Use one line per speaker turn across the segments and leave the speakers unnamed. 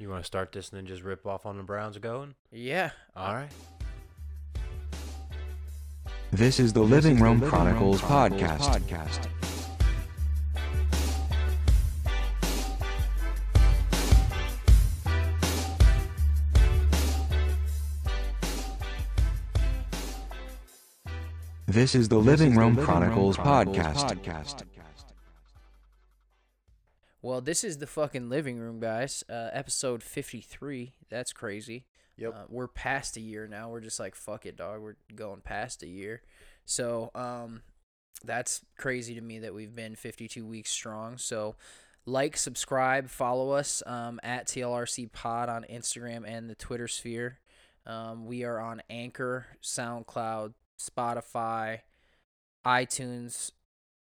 You want to start this and then just rip off on the Browns going? Uh,
Yeah.
All right.
This is the Living Room Chronicles podcast. This is the Living Room Chronicles podcast.
Well, this is the fucking living room, guys. Uh, episode 53. That's crazy.
Yep.
Uh, we're past a year now. We're just like, fuck it, dog. We're going past a year. So, um, that's crazy to me that we've been 52 weeks strong. So, like, subscribe, follow us um, at TLRC Pod on Instagram and the Twitter sphere. Um, we are on Anchor, SoundCloud, Spotify, iTunes,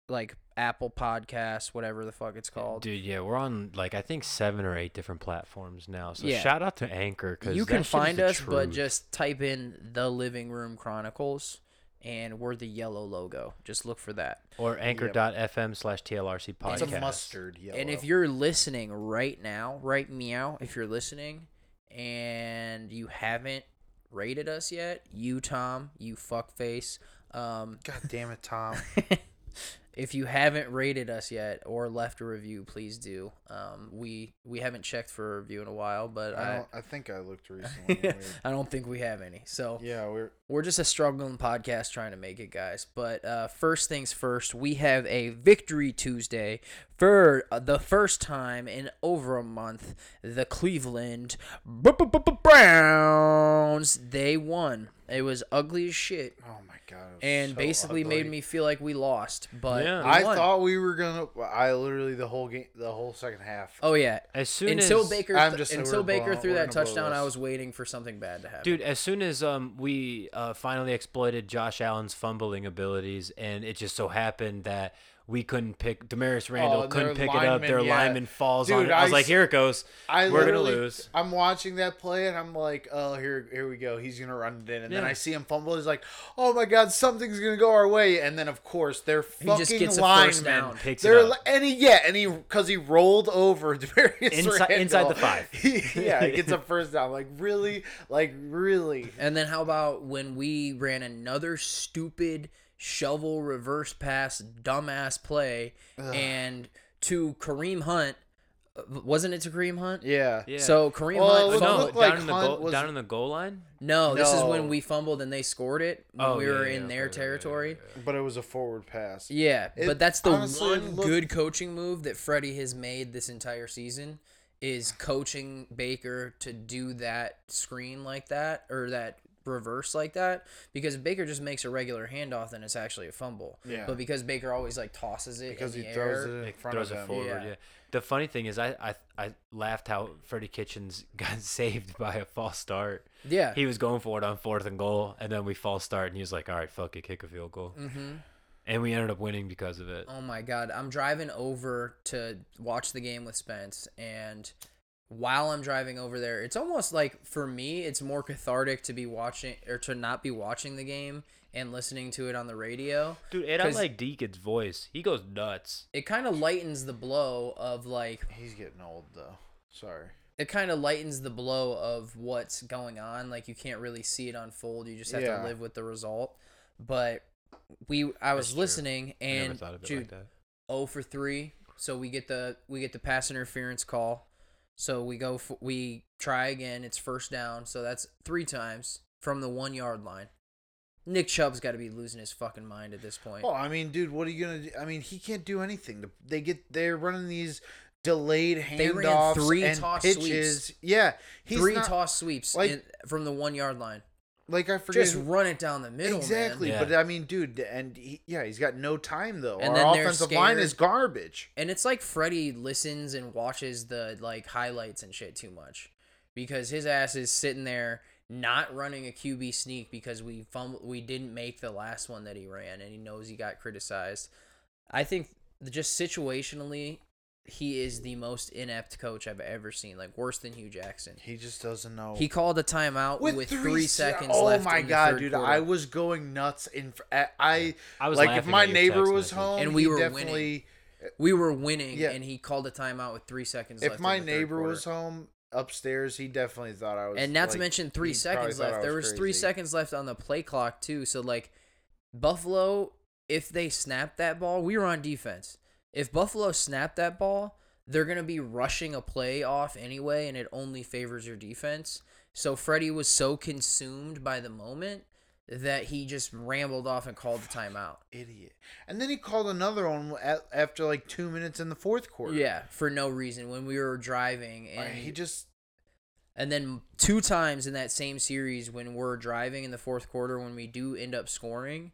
like Apple Podcasts, whatever the fuck it's called.
Dude, yeah, we're on like I think seven or eight different platforms now. So
Yeah.
shout out to Anchor because
you can find us, but just type in the Living Room Chronicles, and we're the yellow logo. Just look for that.
or anchor.fm slash TLRC podcast.
It's a
mustard yellow.
And if you're listening right now, right meow, if you're listening and you haven't rated us yet, you Tom, you fuckface. Um,
God damn it, Tom.
if you haven't rated us yet or left a review, please do. Um, we we haven't checked for a review in a while, but
I,
I
don't, I think I looked recently.
I,
and
don't think we have any. So
we- yeah, we're
we're just a struggling podcast trying to make it, guys. But uh, first things first, we have a Victory Tuesday for uh, the first time in over a month. The Cleveland B- B- B- B- Browns they won. It was ugly as shit,
oh my god. it was
and
so
basically made
ugly.
me feel like we lost. But
Yeah.
we
I
won.
thought we were gonna. I literally the whole game, the whole second half.
oh yeah.
As soon
Until
as,
Baker,
I'm
th-
just-
until
we're
Baker
blown-
threw
we're
that
gonna blow
touchdown, I
this.
was waiting for something bad to happen.
Dude, as soon as um we uh, finally exploited Josh Allen's fumbling abilities, and it just so happened that we couldn't pick Damaris Randall
Oh,
couldn't
their
pick it up.
lineman,
Their
yeah.
lineman falls on
Dude,
it. I was
I
like,
s-
here it goes.
I
We're gonna
literally-
lose.
I'm watching that play and I'm like, oh, here, here we go. He's gonna run it in, and then
Yeah.
I see him fumble. He's like, oh my god, something's gonna go our way, and then of course they're fucking
just gets a first
linemen.
down.
Picks it
they're
up.
li- and he yeah, and he because he rolled over Demarius
Inside-
Randall.
inside the five.
He- yeah, he gets a first down. Like really, like really.
And then how about when we ran another stupid shovel reverse pass dumbass play and to Kareem Hunt uh, wasn't it to Kareem Hunt?
Yeah.
Yeah.
So Kareem
Well,
But
Hunt
it
Oh, no,
fumbled.
looked
down
like
in the
Hunt
goal,
was-
down in the goal line.
No, this is
No.
when we fumbled and they scored it. When
Oh,
we
yeah,
were
yeah,
in
okay,
their
right, right,
territory.
right, right.
But it was a forward pass.
Yeah,
It-
but that's the
honestly, it
one
looked-
good coaching move that Freddie has made this entire season is coaching Baker to do that screen like that or that reverse like that because if Baker just makes a regular handoff then it's actually a fumble.
Yeah.
But because Baker always like tosses it
Because
in
he
the
throws
air,
it in
Like,
front
throws
of
it
him.
forward.
Yeah.
Yeah. The funny thing is, I, I I laughed how Freddie Kitchens got saved by a false start.
Yeah.
He was going for it on fourth and goal, and then we false start, and he was like, "All right, fuck it, kick a field goal,"
mm-hmm.
and we ended up winning because of it.
Oh my god, I'm driving over to watch the game with Spence and while I'm driving over there, it's almost like for me it's more cathartic to be watching or to not be watching the game and listening to it on the radio.
Dude, and I
'Cause
like Deacon's voice. He goes nuts.
It kind of lightens the blow of like
He's getting old though. Sorry.
it kind of lightens the blow of what's going on. Like you can't really see it unfold. You just have
Yeah.
to live with the result. But we I was
That's true.
listening
I never
and
thought of it
dude,
like that.
0 for 3. So we get the we get the pass interference call. So we go f we try again. It's first down. So that's three times from the 1 yard line. Nick Chubb's got to be losing his fucking mind at this point.
Well, Oh, I mean, dude, what are you gonna do? I mean, he can't do anything. The- They get they're running these delayed
They ran
handoffs
three
and
toss
pitches. Yeah, he's
three
not,
toss sweeps
like-
in, from the 1 yard line.
Like I forget
Just
who-
run it down the middle,
exactly.
man.
Yeah.
But I mean, dude, and he, yeah, he's got no time though.
And
Our
then they're
offensive line
scared.
is garbage.
And it's like Freddie listens and watches the like highlights and shit too much because his ass is sitting there not running a QB sneak because we fumbled, we didn't make the last one that he ran and he knows he got criticized. I think just situationally he is the most inept coach I've ever seen, like worse than Hugh Jackson.
He just doesn't know.
He called a timeout with, three,
se-
seconds
oh
left.
my
in the
god,
third
dude!
quarter.
I was going nuts. In fr- I, I,
I was
like, if
laughing
my
at your
neighbor
text
was
message.
home,
And we
he
were winning.
definitely.
we were winning
Yeah.
and he called a timeout with three seconds left.
If
in the
my
third
neighbor
quarter.
was home, upstairs, he definitely thought I was.
and not to
like,
mention three
he probably
seconds
thought I
left. There was three
crazy.
seconds left on the play clock too. So like Buffalo, if they snap that ball, we were on defense. If Buffalo snapped that ball, they're gonna be rushing a play off anyway, and it only favors your defense. So Freddie was so consumed by the moment that he just rambled off and called the timeout.
Idiot. And then he called another one at, after like two minutes in the fourth quarter.
Yeah, for no reason when we were driving
Like,
and
he just
And then two times in that same series when we're driving in the fourth quarter when we do end up scoring,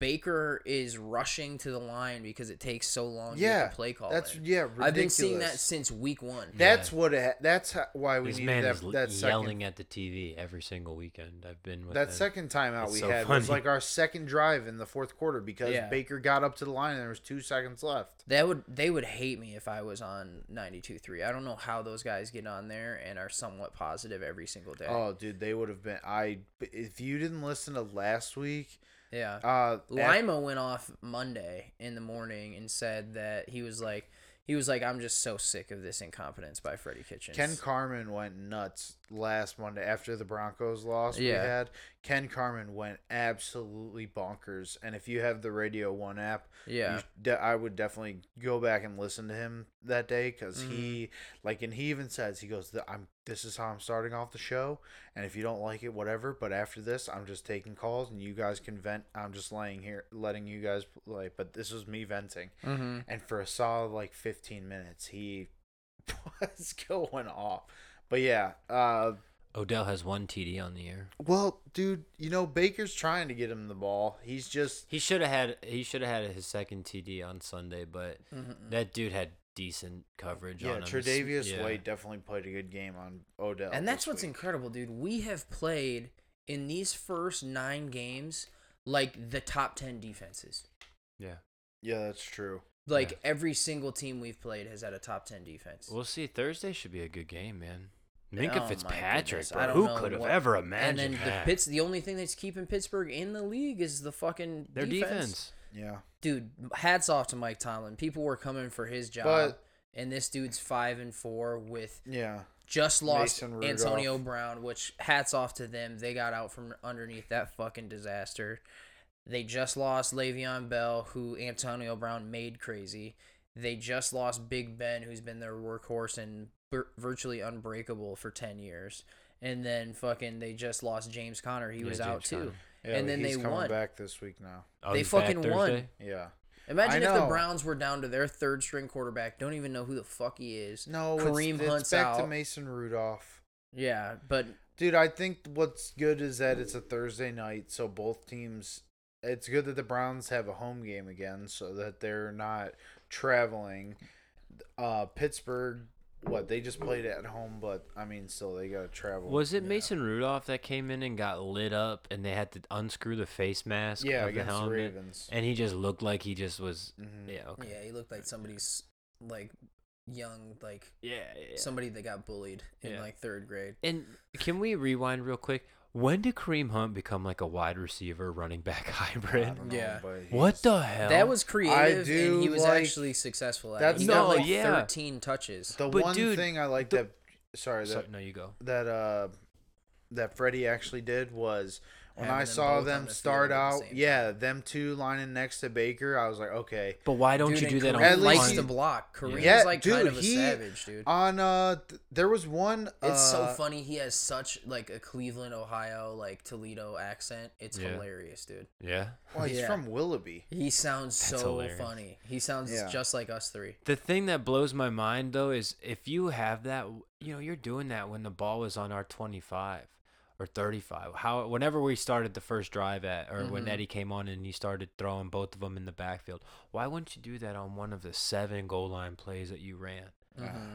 Baker is rushing to the line because it takes so long to
yeah
get the play call.
That's
in.
yeah.
I've been seeing that
ridiculous.
since week one.
That's
Yeah.
what. It, that's how, why we
This
need
man
that.
is l-
that second
yelling at the TV every single weekend. I've been with
That
him.
second timeout
It's
we
so
had was
funny.
like our second drive in the fourth quarter because
Yeah.
Baker got up to the line and there was two seconds left.
That would they would hate me if I was on 92.3. I don't know how those guys get on there and are somewhat positive every single day.
Oh, dude, they would have been. I if you didn't listen to last week,
yeah.
uh, at-
Lima went off Monday in the morning and said that he was like he was like I'm just so sick of this incompetence by Freddie Kitchens.
Ken Carmen went nuts last Monday after the Broncos loss
Yeah.
we had. Ken Carmen went absolutely bonkers, and if you have the Radio One app,
yeah.
you sh- de- I would definitely go back and listen to him that day because
Mm.
he like and he even says he goes "Th- I'm this is how I'm starting off the show and if you don't like it whatever but after this I'm just taking calls and you guys can vent I'm just laying here letting you guys like but this was me venting
Mm-hmm.
and for a solid like 15 minutes he was going off but yeah uh
Odell has one TD on the year.
well dude you know Baker's trying to get him the ball he's just
He should have had he should have had his second TD on Sunday, but that dude had decent coverage
yeah,
on him.
Tre'Davious
Yeah.
White definitely played a good game on Odell,
And that's
this
what's
week.
incredible, dude. We have played in these first nine games like the top 10 defenses.
Yeah.
Yeah, that's true.
Like
Yeah.
every single team we've played has had a top 10 defense.
We'll see. Thursday should be a good game, man.
Oh
Minka
my
Fitzpatrick,
goodness,
bro.
I don't know
Who could have
what-
ever imagined
And then
that?
the Pitts, the only thing that's keeping Pittsburgh in the league is the fucking
Their defense.
Yeah.
Dude, hats off to Mike Tomlin. People were coming for his job.
But-
and this dude's five and four with
Yeah.
just lost
Mason Rudolph.
Antonio Brown, which hats off to them. They got out from underneath that fucking disaster. They just lost Le'Veon Bell, who Antonio Brown made crazy. They just lost Big Ben, who's been their workhorse and vir- virtually unbreakable for ten years. And then fucking, they just lost James Conner. He
Yeah,
was
James
out too.
Conner.
yeah
and
but
then
he's
they
coming
won.
back this week now.
Oh,
They
he's back
fucking won.
Thursday?
Yeah.
Imagine
I
if the
know.
Browns were down to their third string quarterback. Don't even know who the fuck he is.
No,
Kareem
it's, it's
Hunt's
back to
out.
Mason Rudolph.
yeah, but
Dude, I think what's good is that it's a Thursday night, so both teams. It's good that the Browns have a home game again, so that they're not traveling. Uh, Pittsburgh, what they just played at home, but I mean, still they gotta travel.
Was it
Yeah.
Mason Rudolph that came in and got lit up, and they had to unscrew the face mask?
Yeah,
of the
against the
helmet,
Ravens.
and he just looked like he just was.
Mhm.
Yeah, okay.
yeah, he looked like somebody's like young, like
Yeah, yeah.
somebody that got bullied in
Yeah.
like third grade.
and can we rewind real quick? When did Kareem Hunt become like a wide receiver running back
I
hybrid?
don't know,
Yeah.
but he
What
just-
the hell?
That was creative,
do
and he was
like-
actually successful at
That's
it. He got
No,
like
yeah.
13 touches.
The
But
one
dude,
thing I like
the-
that sorry
So,
that
no, you go.
that uh that Freddie actually did was when
Having
I
them
saw
both
them
on the
start
field at the
out,
same
yeah, them two lining next to Baker, I was like, okay.
But why don't
Dude,
you
and
do that on
Kareem
At least
likes
one?
he-
to block. Kareem's
Yeah,
like
dude,
kind of a
he-
savage, dude.
On uh, th- there was one.
it's so
uh,
funny. He has such like a Cleveland, Ohio, like Toledo accent. It's
Yeah.
hilarious, dude.
Yeah.
Well, oh, he's
Yeah.
from Willoughby.
He sounds
That's
so
hilarious.
funny. He sounds
Yeah.
just like us three.
The thing that blows my mind though is if you have that, you know, you're doing that when the ball was on our 25 or 35. How whenever we started the first drive at, or when
Mhm.
Eddie came on and he started throwing both of them in the backfield, why wouldn't you do that on one of the seven goal line plays that you ran?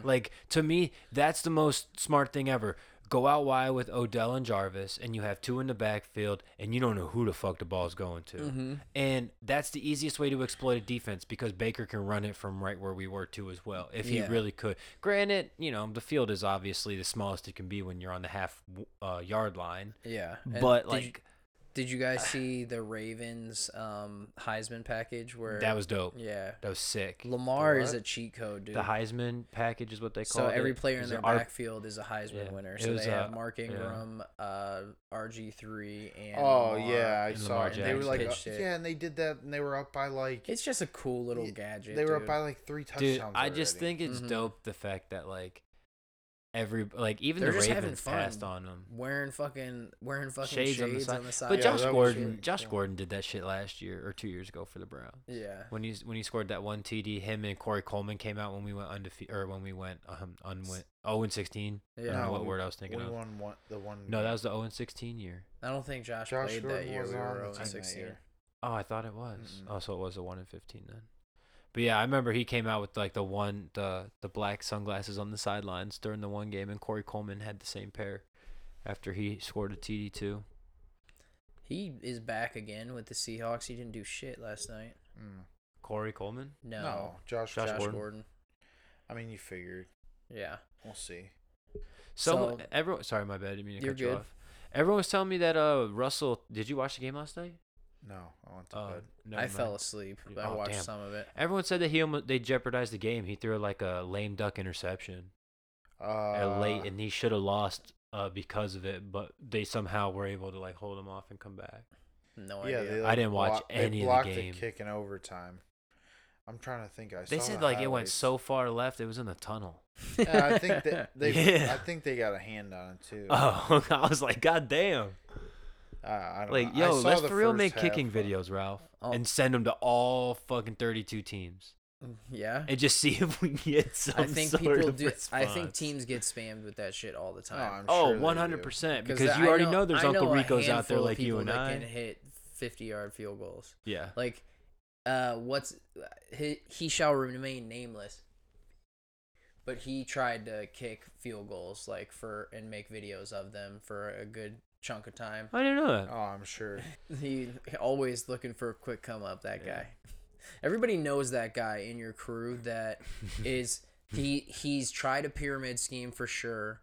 Like to me, that's the most smart thing ever. Go out wide with Odell and Jarvis, and you have two in the backfield, and you don't know who the fuck the ball's going to.
Mm-hmm.
And that's the easiest way to exploit a defense because Baker can run it from right where we were too as well, if
Yeah.
he really could. Granted, you know the field is obviously the smallest it can be when you're on the half uh, yard line,
Yeah, and
but
did you-
like
Did you guys see the Ravens um, Heisman package where
That was dope.
yeah
That was sick.
Lamar is
what?
a cheat code dude.
The Heisman package is what they call
so
it.
every player in
Is
their
it R-
backfield is a Heisman
Yeah.
winner.
It
So
was,
they have
uh,
Mark
yeah.
Ingram, uh, RG three, and
Oh
Lamar.
yeah, I
and
saw
Lamar
it. They were
Jackson
like,
pitched
uh,
it.
yeah, and they did that, and they were up by like
It's just a cool little
Yeah,
gadget.
they were up
dude.
by like three touchdowns.
Dude, I just
already.
think it's
Mhm.
dope the fact that like every like even
They're
the
just having
Ravens passed
fun.
on them.
wearing fucking wearing fucking
Shades,
shades,
on the side,
on the side.
but
Yeah,
Josh
that was
Gordon,
really
Josh
cool.
Gordon did that shit last year or two years ago for the Browns.
yeah,
When he when he scored that one TD, him and Corey Coleman came out when we went undefeated or when we went um unwin zero and sixteen. I don't
Yeah.
know
No,
what
we-
word I was thinking
we
of.
won one, the one.
No, that was the zero and sixteen year.
I don't think Josh,
Josh
played
Gordon
that year. We
wasn't on the
were
team
0
that
16.
year.
Oh, I thought it was.
Mm-mm.
Oh, so it was a one in fifteen then. But yeah, I remember he came out with like the one the the black sunglasses on the sidelines during the one game, and Corey Coleman had the same pair after he scored a TD two.
He is back again with the Seahawks. He didn't do shit last night.
Mm.
Corey Coleman.
No,
No, Josh.
Josh
Josh,
Gordon.
Gordon.
I mean, you figured.
Yeah,
We'll see.
So,
So-
everyone, sorry, my bad. I didn't mean to
You're
cut you
good.
off. Everyone was telling me that uh Russell. Did you watch the game last night?
No, I went to
Uh,
bed.
no,
I fell asleep. I
Oh,
watched
damn.
some of it.
Everyone said that he almost, they jeopardized the game. He threw like a lame duck interception uh,
Uh,
late, and he should have lost uh, because of it. But they somehow were able to like hold him off and come back.
No
yeah,
idea.
they,
I
like,
didn't watch
block-
any of the
they blocked
game.
kick in overtime. I'm trying to think. I
They
saw
said
the
like it went
highlights.
so far left, it was in the tunnel.
Yeah, Uh, I think that they.
Yeah.
I think they got a hand on it too.
Oh, I was like, God damn!
Uh, I don't
Like,
know. I
yo,
saw
let's
the
for real
first
make
half,
kicking
uh,
videos, Ralph,
Oh.
and send them to all fucking thirty-two teams,
yeah.
and just see if we can get some
I think
sort
people
of
do. I think
response.
teams get spammed with that shit all the
no,
time.
I'm
Oh,
sure they do.
100%. Because
I
you already know, there's
I
Uncle
a
Rico's out there
handful of
like you
people
and
that
I.
can hit fifty-yard field goals.
yeah.
Like, uh, what's he, he shall remain nameless, but he tried to kick field goals like for and make videos of them for a good chunk of time.
I didn't know that.
Oh, I'm sure.
He always looking for a quick come up. That
Yeah.
guy. Everybody knows that guy in your crew. That is he. He's tried a pyramid scheme for sure.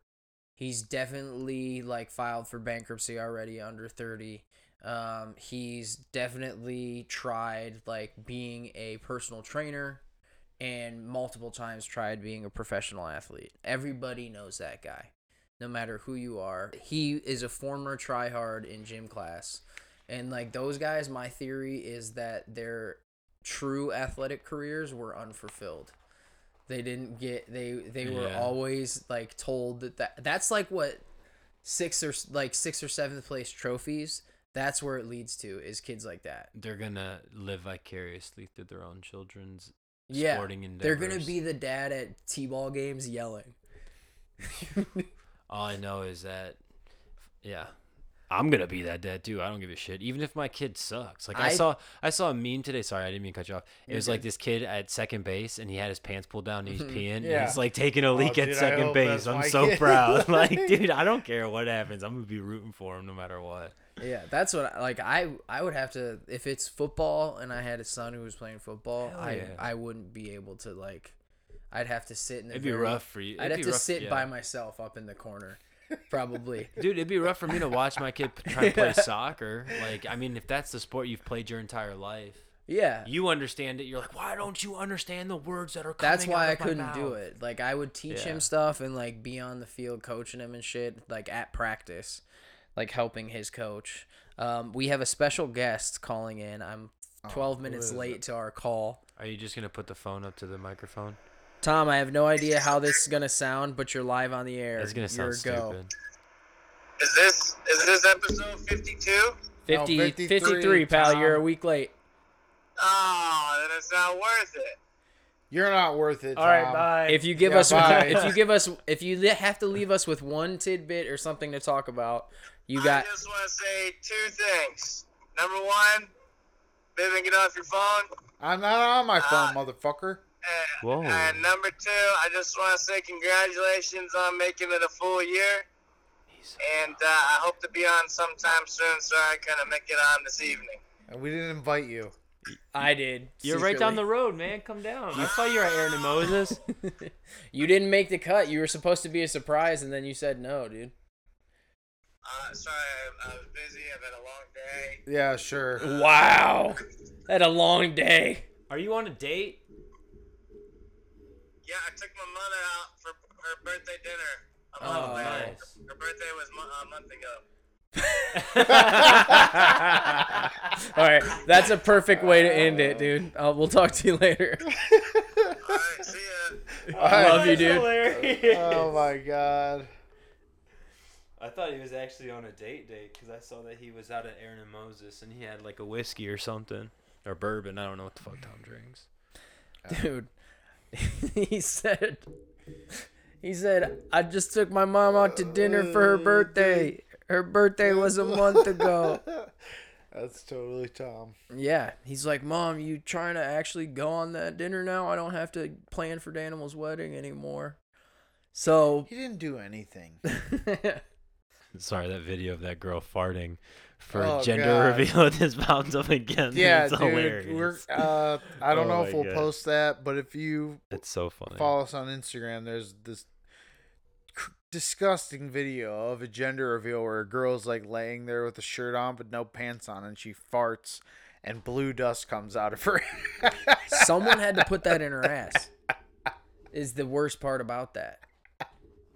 He's definitely like filed for bankruptcy already under thirty. Um, he's definitely tried like being a personal trainer and multiple times tried being a professional athlete. Everybody knows that guy, no matter who you are. He is a former tryhard in gym class. And like those guys, my theory is that their true athletic careers were unfulfilled. They didn't get they they were
Yeah.
always like told that, that that's like what six or like six or seventh place trophies that's where it leads to is kids like that.
They're gonna live vicariously through their own children's
Yeah.
sporting
They're
endeavors.
going to be the dad at T-ball games yelling.
All I know is that, yeah, I'm gonna be that dad too. I don't give a shit. Even if my kid sucks. Like I,
I-
saw, I saw a meme today. Sorry, I didn't mean to cut you off. It
You're
was like
good.
this kid at second base, and he had his pants pulled down, and he's peeing.
Yeah.
and he's like taking a leak at
dude, I
second
hope that's
base. I'm
my
so
kid.
proud. like, dude, I don't care what happens. I'm gonna be rooting for him no matter what.
Yeah, that's what I, like I I would have to if it's football and I had a son who was playing football,
Hell
I
yeah.
I wouldn't be able to like I'd have to sit in the
It'd be
very-
rough for you.
I'd
It'd
have
be
to
rough-
sit
yeah.
by myself up in the corner probably.
Dude, it'd be rough for me to watch my kid p- try to play soccer. Like, I mean, if that's the sport you've played your entire life,
yeah.
you understand it. You're like, why don't you understand the words that are coming
That's why
out
I
of my
couldn't do
mouth?"
it. Like I would teach
Yeah.
him stuff and like be on the field coaching him and shit, like at practice, like helping his coach. Um, we have a special guest calling in. I'm
Oh,
12
who
minutes
is
late to our call.
Are you just gonna put the phone up to the microphone?
Tom, I have no idea how this is gonna sound, but you're live on the air.
That's gonna sound
Your
stupid.
Is this is this episode fifty two?
50,
No,
53,
53,
pal. You're a
Tom.
week late.
Oh, then it's not worth it.
You're not worth it. Tom.
If you give
Yeah,
us,
bye.
if you give us, if you li- have to leave us with one tidbit or something to talk about, you got.
I just want to say two things. Number one, Vivian, get off your phone.
I'm not on my
Ah.
phone, motherfucker.
And,
Whoa.
and number two, I just want to say congratulations on making it a full year. And uh, I hope to be on sometime soon. So I couldn't make it on this evening.
And we didn't invite you.
I did.
You're right down
secretly.
the road, man. Come down. I saw you at Aaron and Moses.
You didn't make the cut. You were supposed to be a surprise, and then you said no, dude.
Uh, sorry, I, I was busy. I've had a long day.
Yeah, sure.
Wow. Had a long day.
Are you on a date?
Yeah, I took my mother out for her birthday dinner. A month
Oh,
ago.
nice.
Her birthday was mo- a month ago.
All right, that's a perfect way to end it, dude. Uh, we'll talk to you later.
All right, see ya.
I love you, dude.
Hilarious.
Oh my god.
I thought he was actually on a date date because I saw that he was out at Aaron and Moses and he had like a whiskey or something or bourbon. I don't know what the fuck Tom drinks.
dude he said he said i just took my mom out to dinner for
Oh,
her birthday her birthday was a month ago
That's totally Tom.
yeah he's like mom you trying to actually go on that dinner now i don't have to plan for daniel's wedding anymore so
He didn't do anything.
Sorry, that video of that girl farting for
Oh,
gender
God.
reveal is popped up again.
yeah,
it's
dude.
hilarious.
We're uh I don't
Oh
know
my
if we'll
God.
post that, but if you
It's so funny.
follow us on Instagram, there's this cr- disgusting video of a gender reveal where a girl's like laying there with a shirt on but no pants on and she farts and blue dust comes out of her
someone had to put that in her ass is the worst part about that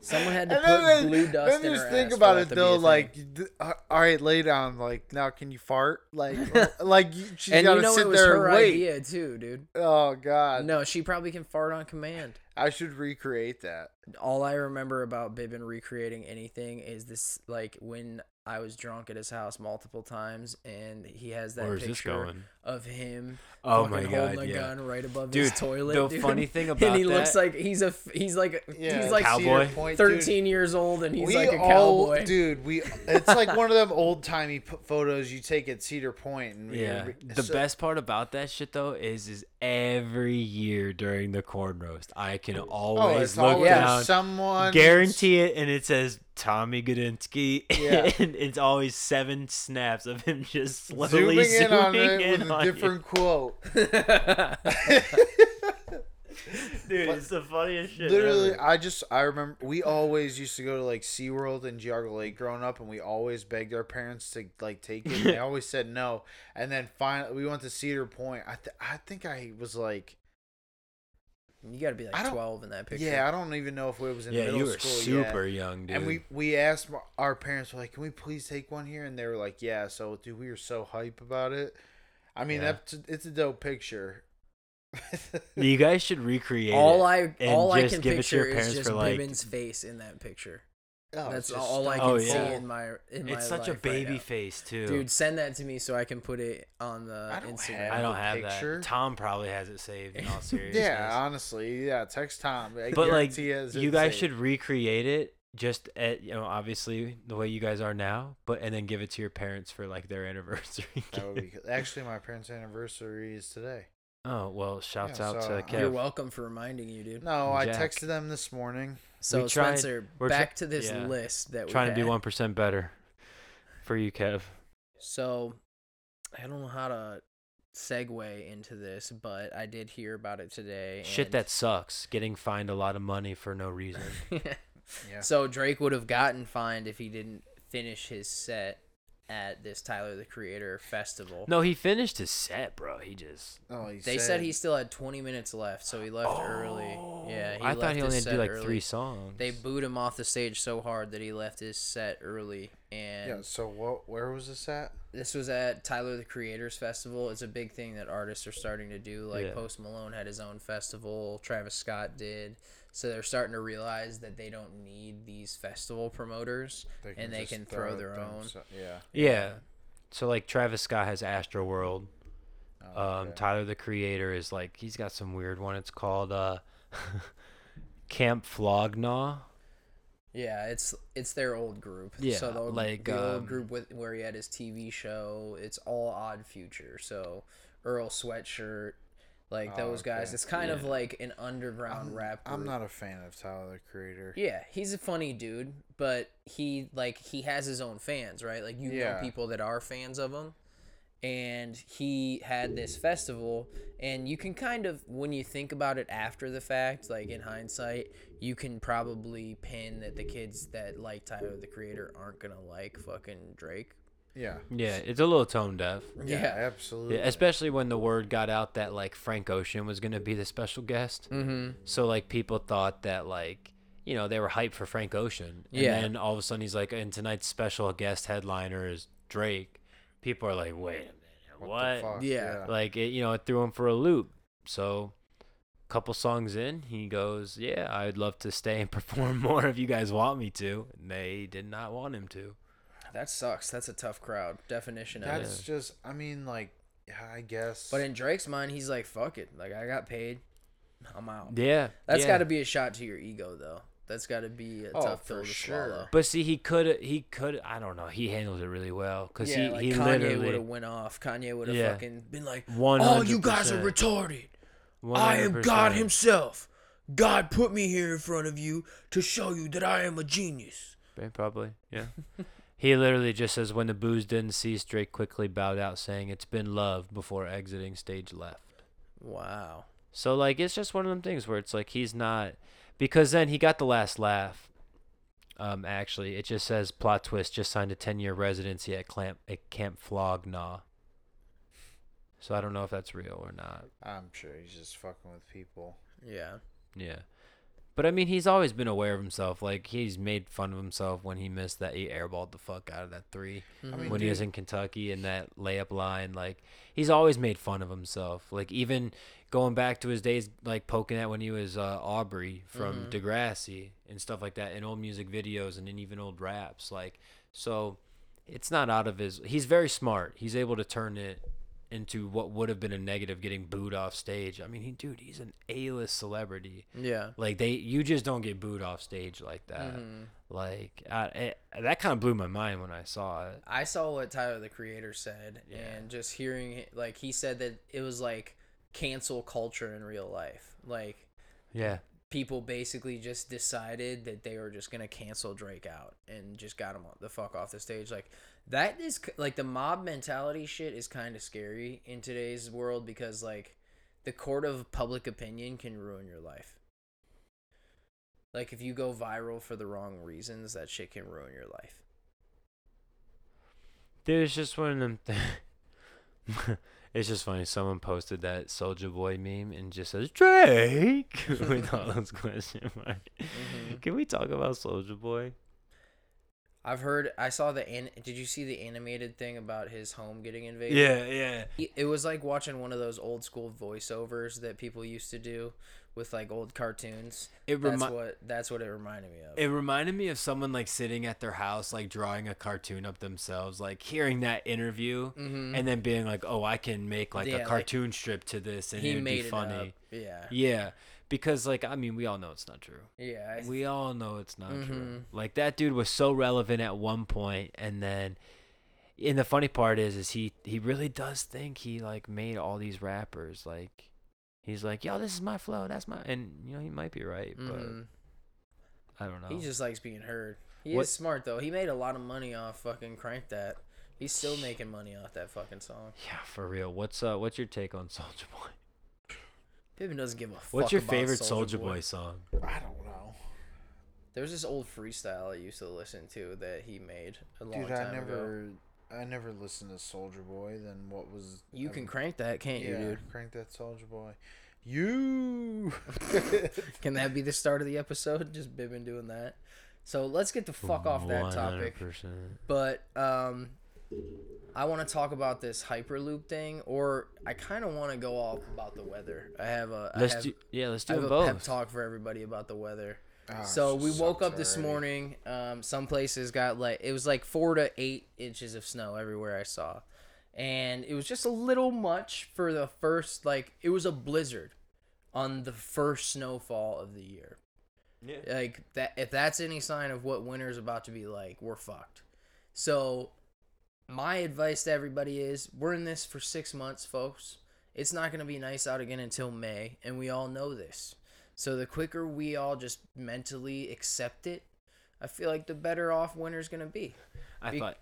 someone had to
And then,
put
they-
blue dust
then
in
just
her
think
ass for
about
that
it
to be a
though,
thing.
like, you d- uh, all right, lay down. Like now, can you fart? Like, like you, she's
and
gotta
you know
sit
it was
there
her
and wait.
idea too dude
Oh
Uh,
god,
No, she probably can fart on command.
I should recreate that.
All I remember about Bibbin recreating anything is this like when I was drunk at his house multiple times and he has that
Where's this
picture
going?
of him
Oh
fucking
my
holding
God,
a
yeah.
gun right above
Dude,
his toilet.
the
dude.
funny thing
And
about
he looks
that-
like he's a f- he's like he's like
I see your
Cowboy.
point, dude.
13 years old and he's
We
like a
all-
cowboy.
dude. We it's like one of them old timey p- photos you take at Cedar Point, and we-
Yeah.
we-
The
so-
best part about that shit though is is every year during the corn roast, I can
Oh,
always
it's
look
always
down.
someone
Guarantee it, and it says Tommy Gudinski,
Yeah.
and it's always seven snaps of him just slowly
zooming
zooming,
in on it
in
with a
on you.
different quote.
Dude, it's the funniest shit.
Literally,
ever.
I just I remember we always used to go to like SeaWorld and Geauga Lake growing up, and we always begged our parents to like take it. and They always said no, and then finally we went to Cedar Point. I th- I think I was like,
You got to be
I
like
don't-
12 in that picture.
yeah, I don't even know if it was in
yeah,
middle
you were
school yet.
super young, dude.
And we we asked m- our parents, we're like, can we please take one here? And they were like, yeah. So dude, we were so hype about it. I mean,
Yeah.
that's it's a dope picture.
you guys should recreate.
all
it
I
and
all I
just
can
give it to your
picture is
parents
just
for like.
Bibbin's face in that picture.
Oh,
That's
it's just
all I can
Oh,
stone
yeah.
see
cold.
in my in my
It's such a
life right
baby
now.
face too,
Dude, send that to me so I can put it on the
I don't
Instagram.
have
I don't
the
have
picture.
that. Tom probably has it saved. In all seriousness.
Yeah, honestly, yeah. Text Tom. I
but like
guarantee it's
you guys
insane.
should recreate it just at you know obviously the way you guys are now but and then give it to your parents for like their anniversary
That would be good. actually my parents' anniversary is today.
oh well shouts
Yeah,
out
so,
to
uh,
Kev.
You're welcome for reminding you, dude.
No, I
Jack.
texted them this morning.
so
we tried-
Spencer,
we're try-
back to this
yeah.
list that we
trying to be
had.
one percent better for you kev
So I don't know how to segue into this, but I did hear about it today.
shit
and-
that sucks getting fined a lot of money for no reason
Yeah.
So Drake would have gotten fined if he didn't finish his set at this Tyler the Creator festival.
no he finished his set bro he just
Oh, he
They said he still had 20 minutes left, so he left early. Yeah,
Oh, i thought
left
he
his
only had to do
set
like
early.
three songs
They booed him off the stage so hard that he left his set early. And
Yeah. So what? Where was this at?
this was at Tyler the Creators Festival. It's a big thing that artists are starting to do. Like
Yeah.
Post Malone had his own festival, Travis Scott did. So they're starting to realize that they don't need these festival promoters and they
just
can throw,
it
their own.
themse- yeah.
yeah so like travis scott has astroworld
Oh,
Um,
okay.
Tyler the Creator is like he's got some weird one. It's called uh, Camp Flognaw.
Yeah, it's it's their old group.
Yeah,
so the, old-
like,
the
um,
old group with where he had his TV show. It's all Odd Future. So Earl Sweatshirt, like
Oh,
those guys.
okay.
It's kind of like an underground rap. Group.
Mm, I'm not a fan of Tyler the Creator.
Yeah, he's a funny dude, but he like he has his own fans, right? Like you
Yeah.
know people that are fans of him, and he had this festival and you can kind of when you think about it after the fact like in hindsight you can probably pin that the kids that like tyler the creator aren't gonna like fucking drake
Yeah.
Yeah, it's a little tone deaf.
Yeah,
yeah,
absolutely.
Yeah, especially when the word got out that like Frank Ocean was gonna be the special guest.
mm-hmm
So like people thought that like you know they were hyped for Frank Ocean, and
Yeah.
then all of a sudden he's like, and tonight's special guest headliner is Drake. People are like, wait a minute, what?
the fuck?
Yeah.
Like it, you know, it threw him for a loop. So, couple songs in, he goes, "Yeah, I'd love to stay and perform more if you guys want me to." And they did not want him to.
that sucks that's a tough crowd definition of it
That's just. I mean, like, yeah, I guess.
but in drake's mind he's like fuck it like i got paid i'm out
Yeah,
That's
yeah.
got to be a shot to your ego, though. That's got to be a
Oh,
tough
for
pill to
sure.
swallow.
But see, he could, he could. I don't know. He handled it really well because
yeah,
he,
like
he
Kanye would have
literally
went off. Kanye would have
Yeah.
fucking been like, "Oh,
100%.
you guys are retarded. I am God
100%.
Himself. God put me here in front of you to show you that I am a genius."
Yeah, Probably, yeah. he literally just says, "When the booze didn't cease, Drake quickly bowed out, saying it's been love." Before exiting stage left.
Wow.
So like it's just one of them things where it's like he's not because then he got the last laugh. Um, actually, it just says plot twist. Just signed a ten year residency at Camp at Camp Flognaw. So I don't know if that's real or not.
I'm sure he's just fucking with people.
Yeah.
Yeah, but I mean he's always been aware of himself. Like he's made fun of himself when he missed that he airballed the fuck out of that three
Mm-hmm.
I mean,
when he was in Kentucky and that layup line. Like he's always made fun of himself. Like even going back to his days, like poking at when he was uh, Aubrey
Mm-hmm.
from Degrassi and stuff like that, and old music videos and then even old raps. Like so, it's not out of his. He's very smart. He's able to turn it into what would have been a negative getting booed off stage. I mean, he dude, he's an A-list celebrity.
Mm-hmm.
Yeah.
Like they, you just don't get booed off stage like that.
Mm-hmm.
Like I, it, that kind of blew my mind when I saw it.
I saw what Tyler the Creator said,
Yeah.
and just hearing it, like he said that it was like cancel culture in real life, like.
Yeah.
people basically just decided that they were just gonna cancel Drake out and just got him the fuck off the stage. Like that is k- like the mob mentality shit is kind of scary in today's world because like the court of public opinion can ruin your life. Like if you go viral for the wrong reasons, that shit can ruin your life.
Dude, it's just one of them. Th- it's just funny. Someone posted that Soldier Boy meme and just says Drake with all those question marks. Can we talk about Soldier Boy?
I've heard. I saw the. An- Did you see the animated thing about his home getting invaded?
Yeah, yeah.
He- It was like watching one of those old school voiceovers that people used to do with like old cartoons.
It
that's
remi-
what that's what it reminded me of.
It reminded me of someone like sitting at their house, like drawing a cartoon up themselves, like hearing that interview, and then being like, "Oh, I can make like
Mm-hmm. Yeah,
a
like,
cartoon strip to this, and
he
it'd be
made it
funny."
up. Yeah.
Yeah, because like I mean, we all know it's not true.
Yeah. I-
We all know it's not
Mm-hmm.
true. Like that dude was so relevant at one point, and then, and the funny part is, is he he really does think he like made all these rappers like, he's like, yo, this is my flow, that's my, and you know he might be right,
Mhm.
but I don't know.
He just likes being heard. He is
What-
smart though. He made a lot of money off fucking crank that. He's still making money off that fucking song.
yeah, for real. What's uh, what's your take on Soldier Boy?
Pippin doesn't give a fuck.
What's your
about
favorite
Soulja
Soldier Boy song?
I don't know.
There's this old freestyle I used to listen to that he made a long
Dude,
time
I
ago.
never. I never listened to Soldier Boy. Then what was?
You
I
can
mean,
crank that, can't
yeah,
you, dude?
crank that Soldier Boy. You.
Can that be the start of the episode? Just Bibbin doing that. So let's get the fuck off that topic.
100%.
But um, I want to talk about this Hyperloop thing, or I kind of want to go off about the weather. I have a I
Let's
have,
do yeah, let's
I
do
have
them
a
both.
pep talk for everybody about the weather.
Ah,
so
it
we woke
sucks
up this
already.
morning. Um, some places got like it was like four to eight inches of snow everywhere I saw, and it was just a little much for the first like it was a blizzard on the first snowfall of the year.
Yeah.
Like that if that's any sign of what winter's about to be like, we're fucked. So my advice to everybody is we're in this for 6 months, folks. It's not going to be nice out again until May, and we all know this. So the quicker we all just mentally accept it, I feel like the better off winter's going to be.
I
Be-
thought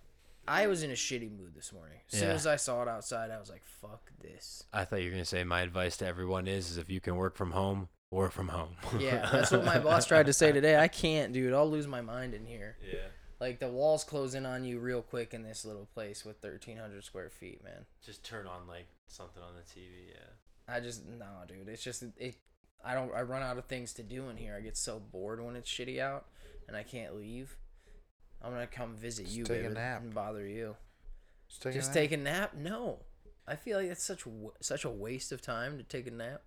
I was in a shitty mood this morning. As soon
Yeah.
as I saw it outside, I was like, "Fuck this."
I thought you were gonna say my advice to everyone is, is if you can work from home, work from home.
Yeah, that's what my boss tried to say today. I can't, dude. I'll lose my mind in here.
Yeah.
Like the walls close in on you real quick in this little place with 1,300 square feet, man.
Just turn on like something on the TV. Yeah.
I just no, dude. It's just it. I don't. I run out of things to do in here. I get so bored when it's shitty out, and I can't leave. I'm gonna come visit
Just
you,
take a
baby,
nap.
and bother you.
Just take,
just take a nap? No, I feel like that's such wa- such a waste of time to take a nap.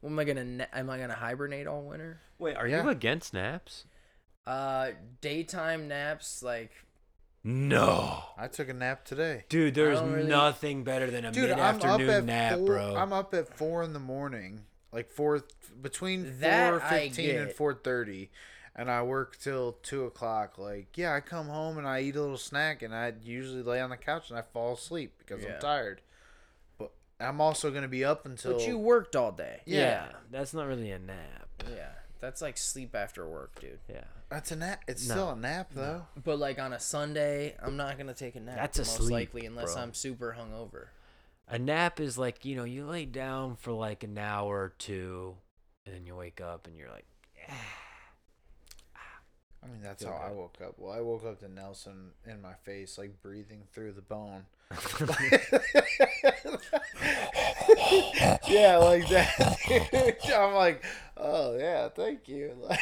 What am I gonna? Na- am I gonna hibernate all winter?
Wait, are
Yeah.
you against naps?
Uh, daytime naps like
No.
I took a nap today.
Dude, there's
don't really-
nothing better than a
Dude, I'm up at
mid-afternoon nap,
four,
bro.
I'm up at four in the morning, like four between
That
four
I
fifteen and
get.
four thirty, and I work till two o'clock. Like, yeah, I come home and I eat a little snack, and I usually lay on the couch and I fall asleep because
Yeah.
I'm tired. But I'm also gonna be up until
but you worked all day.
yeah. That's not really a nap.
yeah. That's like sleep after work, dude.
Yeah.
That's a nap. It's
No.
still a nap though.
But like on a Sunday, I'm not gonna take a nap.
That's a
most
sleep,
likely unless
bro.
I'm super hungover.
A nap is like, you know, you lay down for like an hour or two and then you wake up and you're like,
I mean, that's
Feel
how I
good.
woke up. Well, I woke up to Nelson in my face, like breathing through the bone. yeah, like that. I'm like, oh yeah, thank you. Like,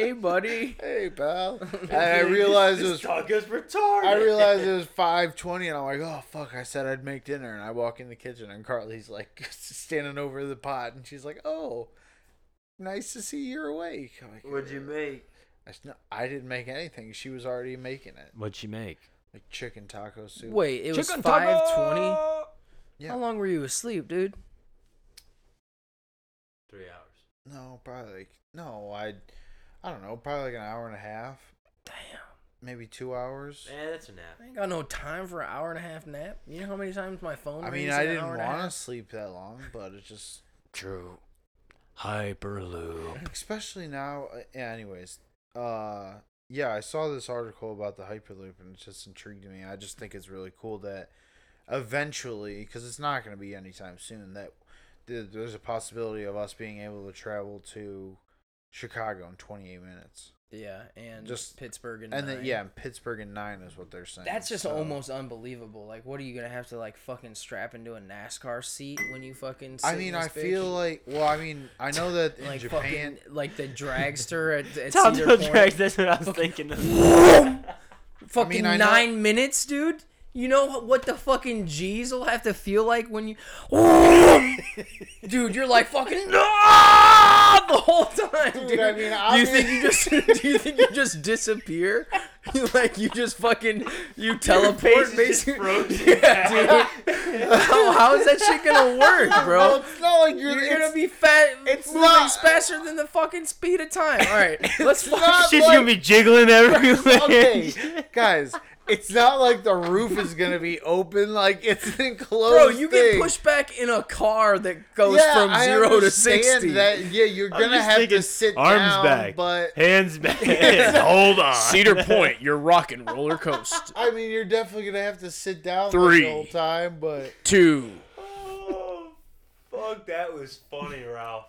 Hey, buddy.
hey, pal. And I realized it was.
dog is retarded.
I realized it was five twenty, and I'm like, "Oh fuck!" I said I'd make dinner, and I walk in the kitchen, and Carly's like standing over the pot, and she's like, "Oh, nice to see you're awake." I'm like, "Uh,
make?
I, s- no, I didn't make anything. She was already making it,
What'd she make?
like chicken taco soup.
Wait, it was five twenty.
Yeah.
How long were you asleep, dude?
Three hours.
No, probably like no. I, I don't know. Probably like an hour and a half,
Damn.
maybe two hours.
Man, that's a nap.
I ain't got no time for an hour and a half nap. You know how many times my phone
I
rings
mean,
in
I
an
didn't
hour and a
want to
half?
sleep that long, but it's just,
True. Hyperloop.
especially now. uh, Yeah, anyways, uh, yeah, I saw this article about the hyperloop, and it just intrigued me. I just think it's really cool that eventually, because it's not going to be anytime soon, that th- there's a possibility of us being able to travel to Chicago in 28 minutes.
Yeah, and
Just-
just Pittsburgh and
And then
nine.
yeah, and Pittsburgh and nine is what they're saying.
That's just
so-
almost unbelievable. Like, what are you gonna have to like fucking strap into a NASCAR seat when you fucking? Sit
I
in
mean,
this
I feel
bitch?
like. Well, I mean, I know that in
like
Japan.
fucking like the dragster at, at
Tom
Cedar
Jones
Point.
Rex, that's what I was thinking of.
fucking
I know-
nine minutes, dude. You know what the fucking G's will have to feel like when you, dude. You're like fucking no the whole time, dude.
I
do you
mean,
think you just do you think you just disappear? You, like you just fucking you
face
teleport
is just
basically.
frozen.
Yeah, dude. How- how is that shit gonna work,
Well,
bro?
it's not like you're.
You're
it's-
gonna be fat.
it's
It's
not-
moving faster than the fucking speed of time. All right, let's
not
fucking
She's gonna be jiggling everywhere.
okay, guys. It's not like the roof is gonna be open. Like it's an enclosed.
Bro, you
thing.
get pushed back in a car that goes
Yeah,
from
I
zero to
understand
sixty.
That, yeah, you're
I'm
gonna
just
have to
thinking
sit
arms
down,
back,
but
hands back. Hold on.
Point, you're rocking roller coaster.
I mean, you're definitely gonna have to sit down
Three.
the whole time. But
Two,
Oh, fuck, that was funny, Ralph.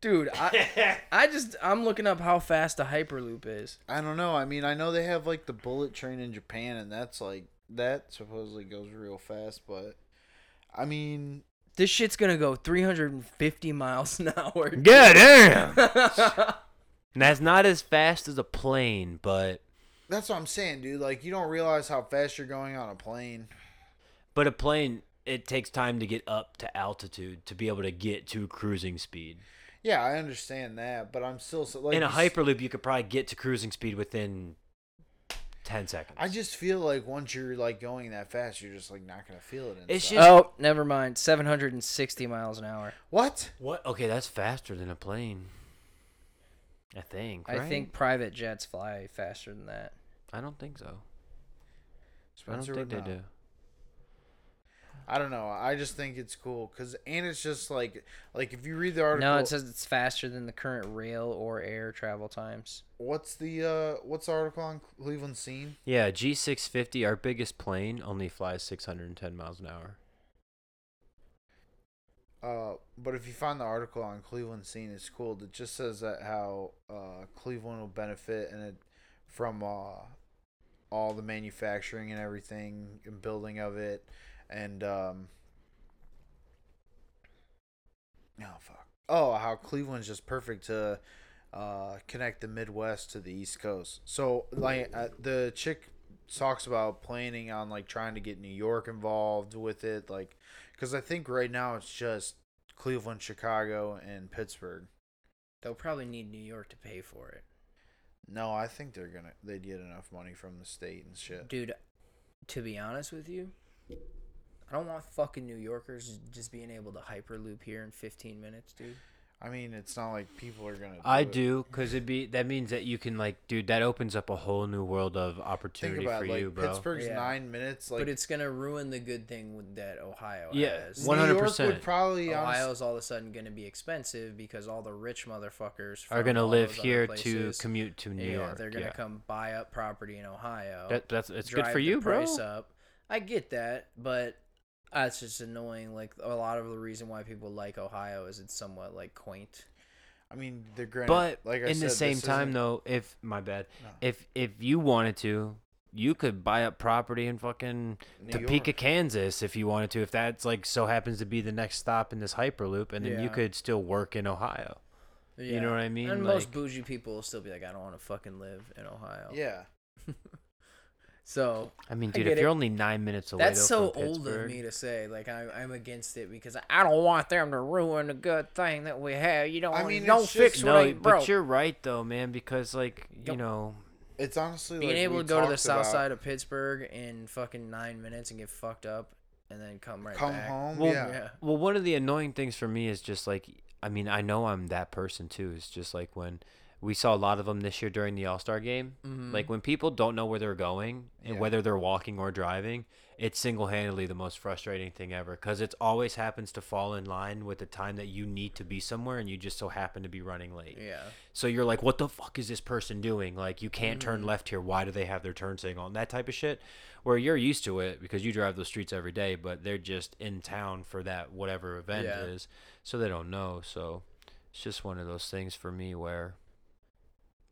dude, I, I just I'm looking up how fast a hyperloop is.
I don't know. I mean, I know they have like the bullet train in Japan, and that's like that supposedly goes real fast. But I mean,
This shit's gonna go 350 miles an hour.
God damn. And that's not as fast as a plane, but
that's what I'm saying, dude. Like, you don't realize how fast you're going on a plane.
but a plane it takes time to get up to altitude to be able to get to cruising speed.
Yeah, I understand that, but I'm still so, like
In a
you s-
hyperloop, you could probably get to cruising speed within ten seconds.
I just feel like once you're like going that fast, you're just like not gonna feel it.
It's
inside.
just-
Oh, never mind. 760 miles an hour.
what?
what? Okay, that's faster than a plane. I think.
I
right?
think private jets fly faster than that.
I don't think so. I don't
Spencer
think
would
they
know.
do.
I don't know. I just think it's cool because and it's just like like if you read the article.
No, it says it's faster than the current rail or air travel times.
what's the uh what's the article on Cleveland scene?
Yeah, G650, our biggest plane, only flies 610 miles an hour.
Uh, but if you find the article on Cleveland scene, it's cool. It just says that how uh Cleveland will benefit and it from uh all the manufacturing and everything and building of it and um oh fuck oh how Cleveland's just perfect to uh connect the Midwest to the East Coast. So like uh, the chick talks about planning on like trying to get New York involved with it like cuz I think right now it's just Cleveland, Chicago and Pittsburgh.
They'll probably need New York to pay for it.
No, I think they're going to they'd get enough money from the state and shit.
Dude, to be honest with you, I don't want fucking New Yorkers just being able to hyperloop here in 15 minutes, dude.
I mean, it's not like people are going to
I do, because it'd be that means that you can like, dude, that opens up a whole new world of opportunity
Think about
for
it, like
you, bro.
Pittsburgh's
Yeah.
9 minutes like
but it's gonna ruin the good thing with that Ohio
Yeah,
has.
one-
New York
100%.
would probably honest-
Ohio's all of a sudden gonna be expensive because all the rich motherfuckers
Are
from
gonna
all
live
those other
here to
places,
commute to New
yeah,
York.
They're gonna
yeah.
come buy up property in Ohio.
That, that's it's good
drive
for
the
you, bro.
price Up. I get that, but that's just annoying. Like a lot of the reason why people like Ohio is it's somewhat like quaint.
I mean, they're granted,
But
like I
in
said,
the
this
same time,
isn't-
though, if my bad,
No.
if if you wanted to, you could buy up property in fucking
New
Topeka,
York.
Kansas, if you wanted to. If that's like so happens to be the next stop in this hyperloop, and then you
Yeah.
could still work in Ohio. You know
Yeah.
what I mean?
And
Like-
most bougie people will still be like, I don't want to fucking live in Ohio.
yeah,
So
I mean,
I
dude,
get
if you're
it.
only nine minutes away,
That's
though,
so
from
old of
Pittsburgh-
me to say. Like I'm, I'm against it because I don't want them to ruin the good thing that we have. You don't.
I
I
mean,
mean,
it's
don't
just-
fix what
No,
ain't
but
broke.
you're right though, man, because like you
Yep.
know,
it's honestly
Being
like
able
we
to go to the
talked
south
about,
side of Pittsburgh in fucking nine minutes and get fucked up, and then come right
come
back.
home.
Well,
yeah.
Yeah.
Well, one of the annoying things for me is just like, I mean, I know I'm that person too. It's just like when we saw a lot of them this year during the All Star game. Like when people don't know where they're going and
Yeah.
whether they're walking or driving, it's single handedly the most frustrating thing ever because it always happens to fall in line with the time that you need to be somewhere and you just so happen to be running late.
Yeah.
So you're like, what the fuck is this person doing? Like, you can't
Mm.
turn left here. Why do they have their turn signal? And that type of shit. Where you're used to it because you drive those streets every day, but they're just in town for that whatever event
Yeah.
is. So they don't know. So it's just one of those things for me where.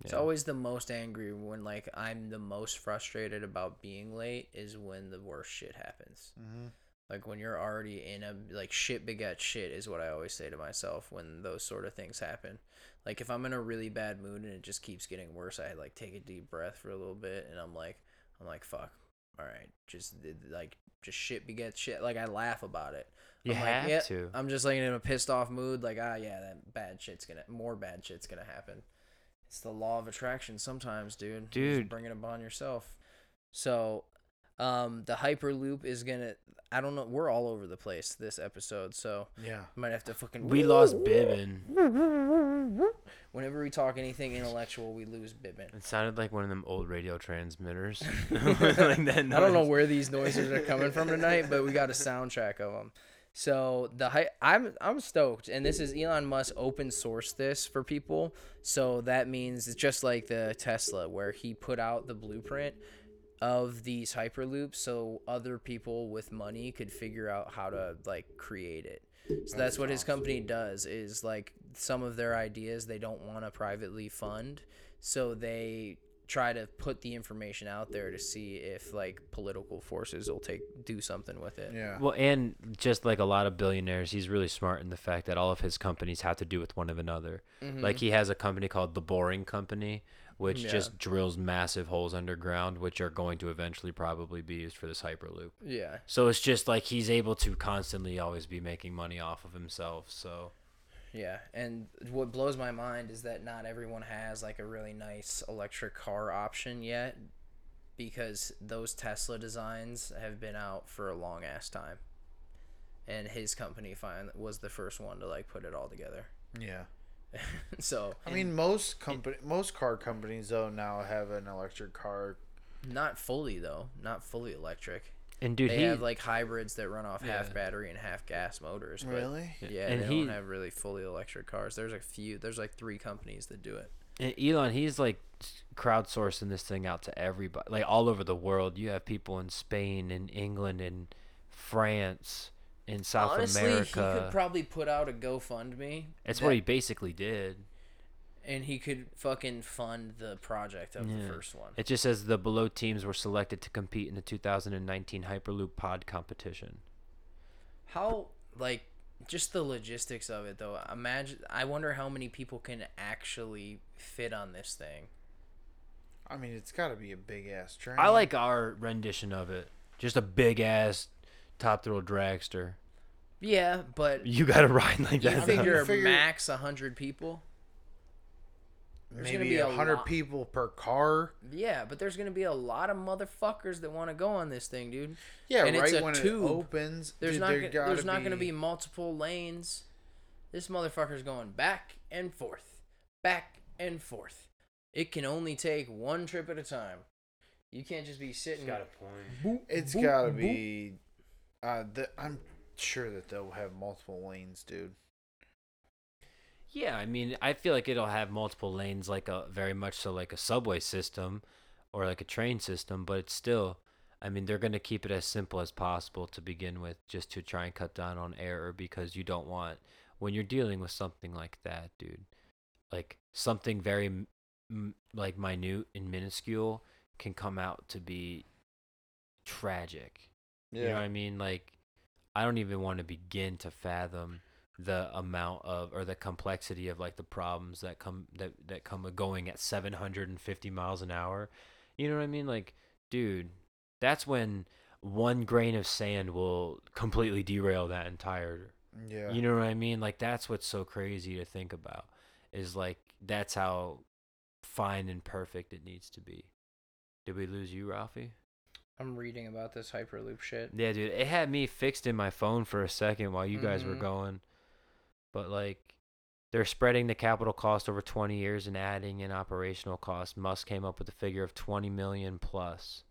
It's
Yeah.
always the most angry when like I'm the most frustrated about being late is when the worst shit happens.
Mm-hmm.
Mhm.
Like when you're already in a like shit begat shit is what I always say to myself when those sort of things happen. Like if I'm in a really bad mood and it just keeps getting worse, I like take a deep breath for a little bit and I'm like I'm like fuck. All right, just th- like just shit begets shit. Like I laugh about it.
You
I'm like,
have
yeah,
to.
I'm just like in a pissed off mood. Like ah yeah, that bad shit's gonna more bad shit's gonna happen. It's the law of attraction sometimes, dude. You just
Dude.
bring it upon yourself. So, um, the hyperloop is gonna. I don't know. We're all over the place this episode, so
Yeah.
might have to fucking.
we lost Bibbin.
Whenever we talk anything intellectual, we lose Bibbin.
It sounded like one of them old radio transmitters. like that
I don't know
noise.
where these noises are coming from tonight, but we got a soundtrack of them. So the hy- I'm I'm stoked, and this is Elon Musk open source this for people. So that means it's just like the Tesla, where he put out the blueprint of these hyperloops, so other people with money could figure out how to like create it. So that's what his company does is like some of their ideas they don't want to privately fund, so they try to put the information out there to see if like political forces will take do something with it.
Yeah.
Well, and just like a lot of billionaires, he's really smart in the fact that all of his companies have to do with one of another. Like he has a company called the Boring Company, which
Yeah.
just drills massive holes underground, which are going to eventually probably be used for this hyperloop.
Yeah.
So it's just like he's able to constantly always be making money off of himself. So
Yeah, and what blows my mind is that not everyone has like a really nice electric car option yet because those Tesla designs have been out for a long ass time. And his company fin- was the first one to like put it all together.
Yeah.
So,
I mean, most company, most car companies though now have an electric car.
not fully though, not fully electric.
And dude,
they
he
have like hybrids that run off half
Yeah.
battery and half gas motors. But
Really?
Yeah,
and
they
he
don't have really fully electric cars. There's a few. There's like three companies that do it.
And E, Elon, he's like crowdsourcing this thing out to everybody, like all over the world. You have people in Spain, in England, in France, in South
Honestly, he
America.
could probably put out a GoFundMe.
That's
that-
what he basically did.
and he could fucking fund the project of the
Yeah.
first one.
It just says the below teams were selected to compete in the 2019 Hyperloop Pod competition.
How like just the logistics of it though. Imagine I wonder how many people can actually fit on this thing.
I mean, it's got to be a big ass train.
I like our rendition of it. Just a big ass top thrill dragster.
Yeah, but
You
you
got to ride like that. though.
figure,
figure-
max a hundred people. There's gonna
maybe
be a
a hundred
lot.
people per car.
Yeah, but there's gonna be a lot of motherfuckers that want to go on this thing, dude.
Yeah,
And it's
right
a
when
tube.
it opens,
There's
dude,
not
there
gonna,
gotta
there's not gonna be multiple lanes. This motherfucker's going back and forth, back and forth. It can only take one trip at a time. You can't just be sitting.
It's got to be. Uh, the, I'm sure that they'll have multiple lanes, dude.
Yeah, I mean, I feel like it'll have multiple lanes, like a very much so like a subway system or like a train system, but it's still, I mean, they're going to keep it as simple as possible to begin with just to try and cut down on error because you don't want, when you're dealing with something like that, dude, like something very m- m- like minute and minuscule can come out to be tragic. You know what I mean? Like, I don't even want to begin to fathom the amount of or the complexity of like the problems that come that that come with going at 750 miles an hour. You know what I mean? Like, dude, that's when one grain of sand will completely derail that entire.
Yeah.
You know what I mean? Like that's what's so crazy to think about is like that's how fine and perfect it needs to be. Did we lose you, Ralphie?
I'm reading about this Hyperloop shit.
Yeah, dude, it had me fixed in my phone for a second while you guys were
Mhm.
going. But like, they're spreading the capital cost over 20 years and adding in operational costs. Musk came up with a figure of 20 million plus.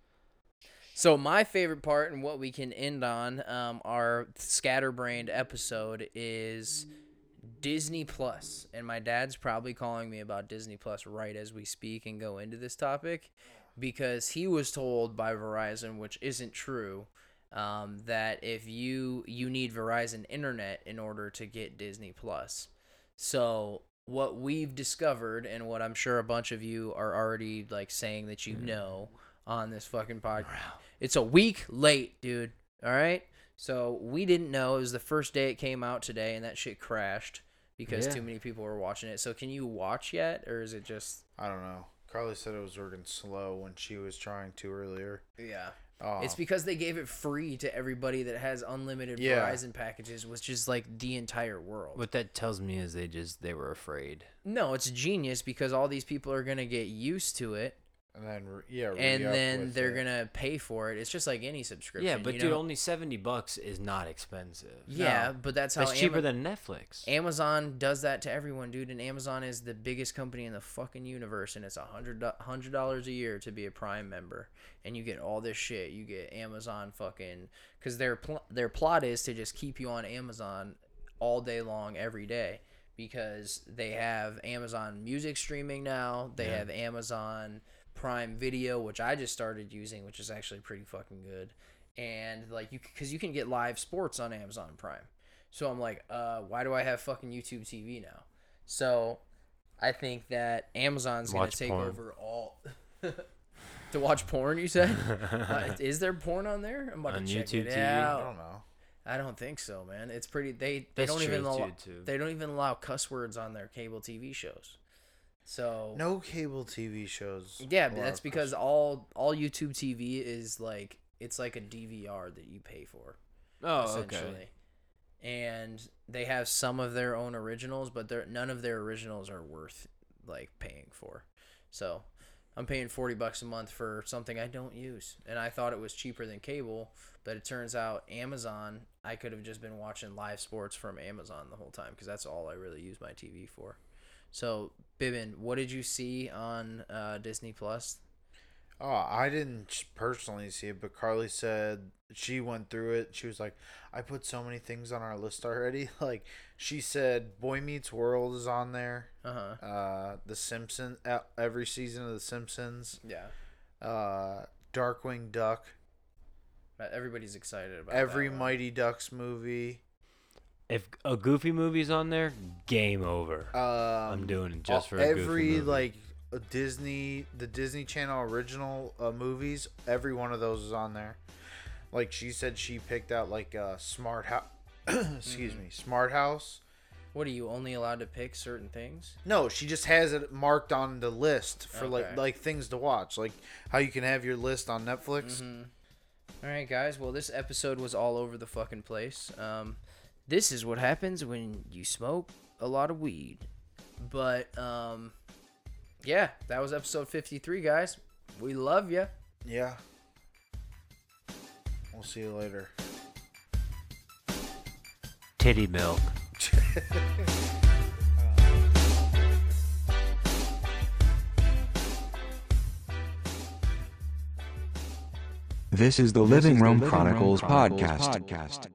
So my favorite part and what we can end on um, our scatterbrained episode is Disney Plus, and my dad's probably calling me about Disney Plus right as we speak and go into this topic, because he was told by Verizon, which isn't true, um, that if you you need Verizon internet in order to get Disney Plus. So what we've discovered and what I'm sure a bunch of you are already like saying that you know on this fucking podcast. It's a week late, dude. All right? So we didn't know it was the first day it came out today and that shit crashed because
Yeah.
too many people were watching it. So can you watch yet or is it just
I don't know. Carly said it was working slow when she was trying to earlier.
yeah.
Oh,
It's because they gave it free to everybody that has unlimited
Yeah.
Verizon packages, which is like the entire world.
What that tells me is they just they were afraid.
no, it's genius because all these people are going to get used to it
and then re- yeah,
and
re-up
then
with
they're
it.
going to pay for it. It's just like any subscription.
Yeah, but
you
dude,
know?
only 70 bucks is not expensive.
Yeah,
No.
but that's how
That's cheaper
Ama-
than Netflix.
Amazon does that to everyone, dude. And Amazon is the biggest company in the fucking universe, and it's a hundred hundred dollars a year to be a Prime member, and you get all this shit. You get Amazon fucking because their pl- their plot is to just keep you on Amazon all day long, every day, because they have Amazon Music streaming now. They have Amazon Prime Video, which I just started using, which is actually pretty fucking good. And like you, because you can get live sports on Amazon Prime. So I'm like, uh, why do I have fucking YouTube TV now? So I think that Amazon's going to
Watch
take
porn.
over all. to watch porn, you said? Uh, is there porn on there? I'm about
On
to check
YouTube
it
TV?
I
out.
don't know.
I don't think so, man. It's pretty. They they
That's
don't even
true,
allow,
too, too.
they don't even allow cuss words on their cable TV shows. So
No cable TV shows.
yeah,
allow
but that's
custom-
because all all YouTube TV is like it's like a DVR that you pay for
Oh,
essentially. And they have some of their own originals, but they're, none of their originals are worth like paying for. So I'm paying forty bucks a month for something I don't use, and I thought it was cheaper than cable, but it turns out Amazon. I could have just been watching live sports from Amazon the whole time because that's all I really use my TV for. So Bibin, what did you see on uh, Disney Plus?
Oh, I didn't sh- personally see it, but Carly said she went through it. She was like, I put so many things on our list already. Like, she said Boy Meets World is on there,
Uh huh.
uh, The Simpsons, every season of The Simpsons,
Yeah.
uh, Darkwing Duck,
But Uh, Everybody's excited about
every
that one.
Mighty Ducks movie.
If a Goofy movie's on there, game over.
Um,
I'm doing it just
all-
for a Goofy
every
movie.
like a Disney, the Disney Channel original uh, movies. Every one of those is on there. Like she said, she picked out like uh, Smart House. excuse
Mm-hmm.
me, Smart House.
What are you only allowed to pick certain things?
No, she just has it marked on the list for
Okay.
like like things to watch, like how you can have your list on Netflix.
Mm-hmm.
All right, guys. Well, this episode was all over the fucking place. Um, this is what happens when you smoke a lot of weed. But um, yeah, that was episode 53, guys. We love you.
Yeah. We'll see you later.
Titty milk.
This is the Living Room Chronicles podcast.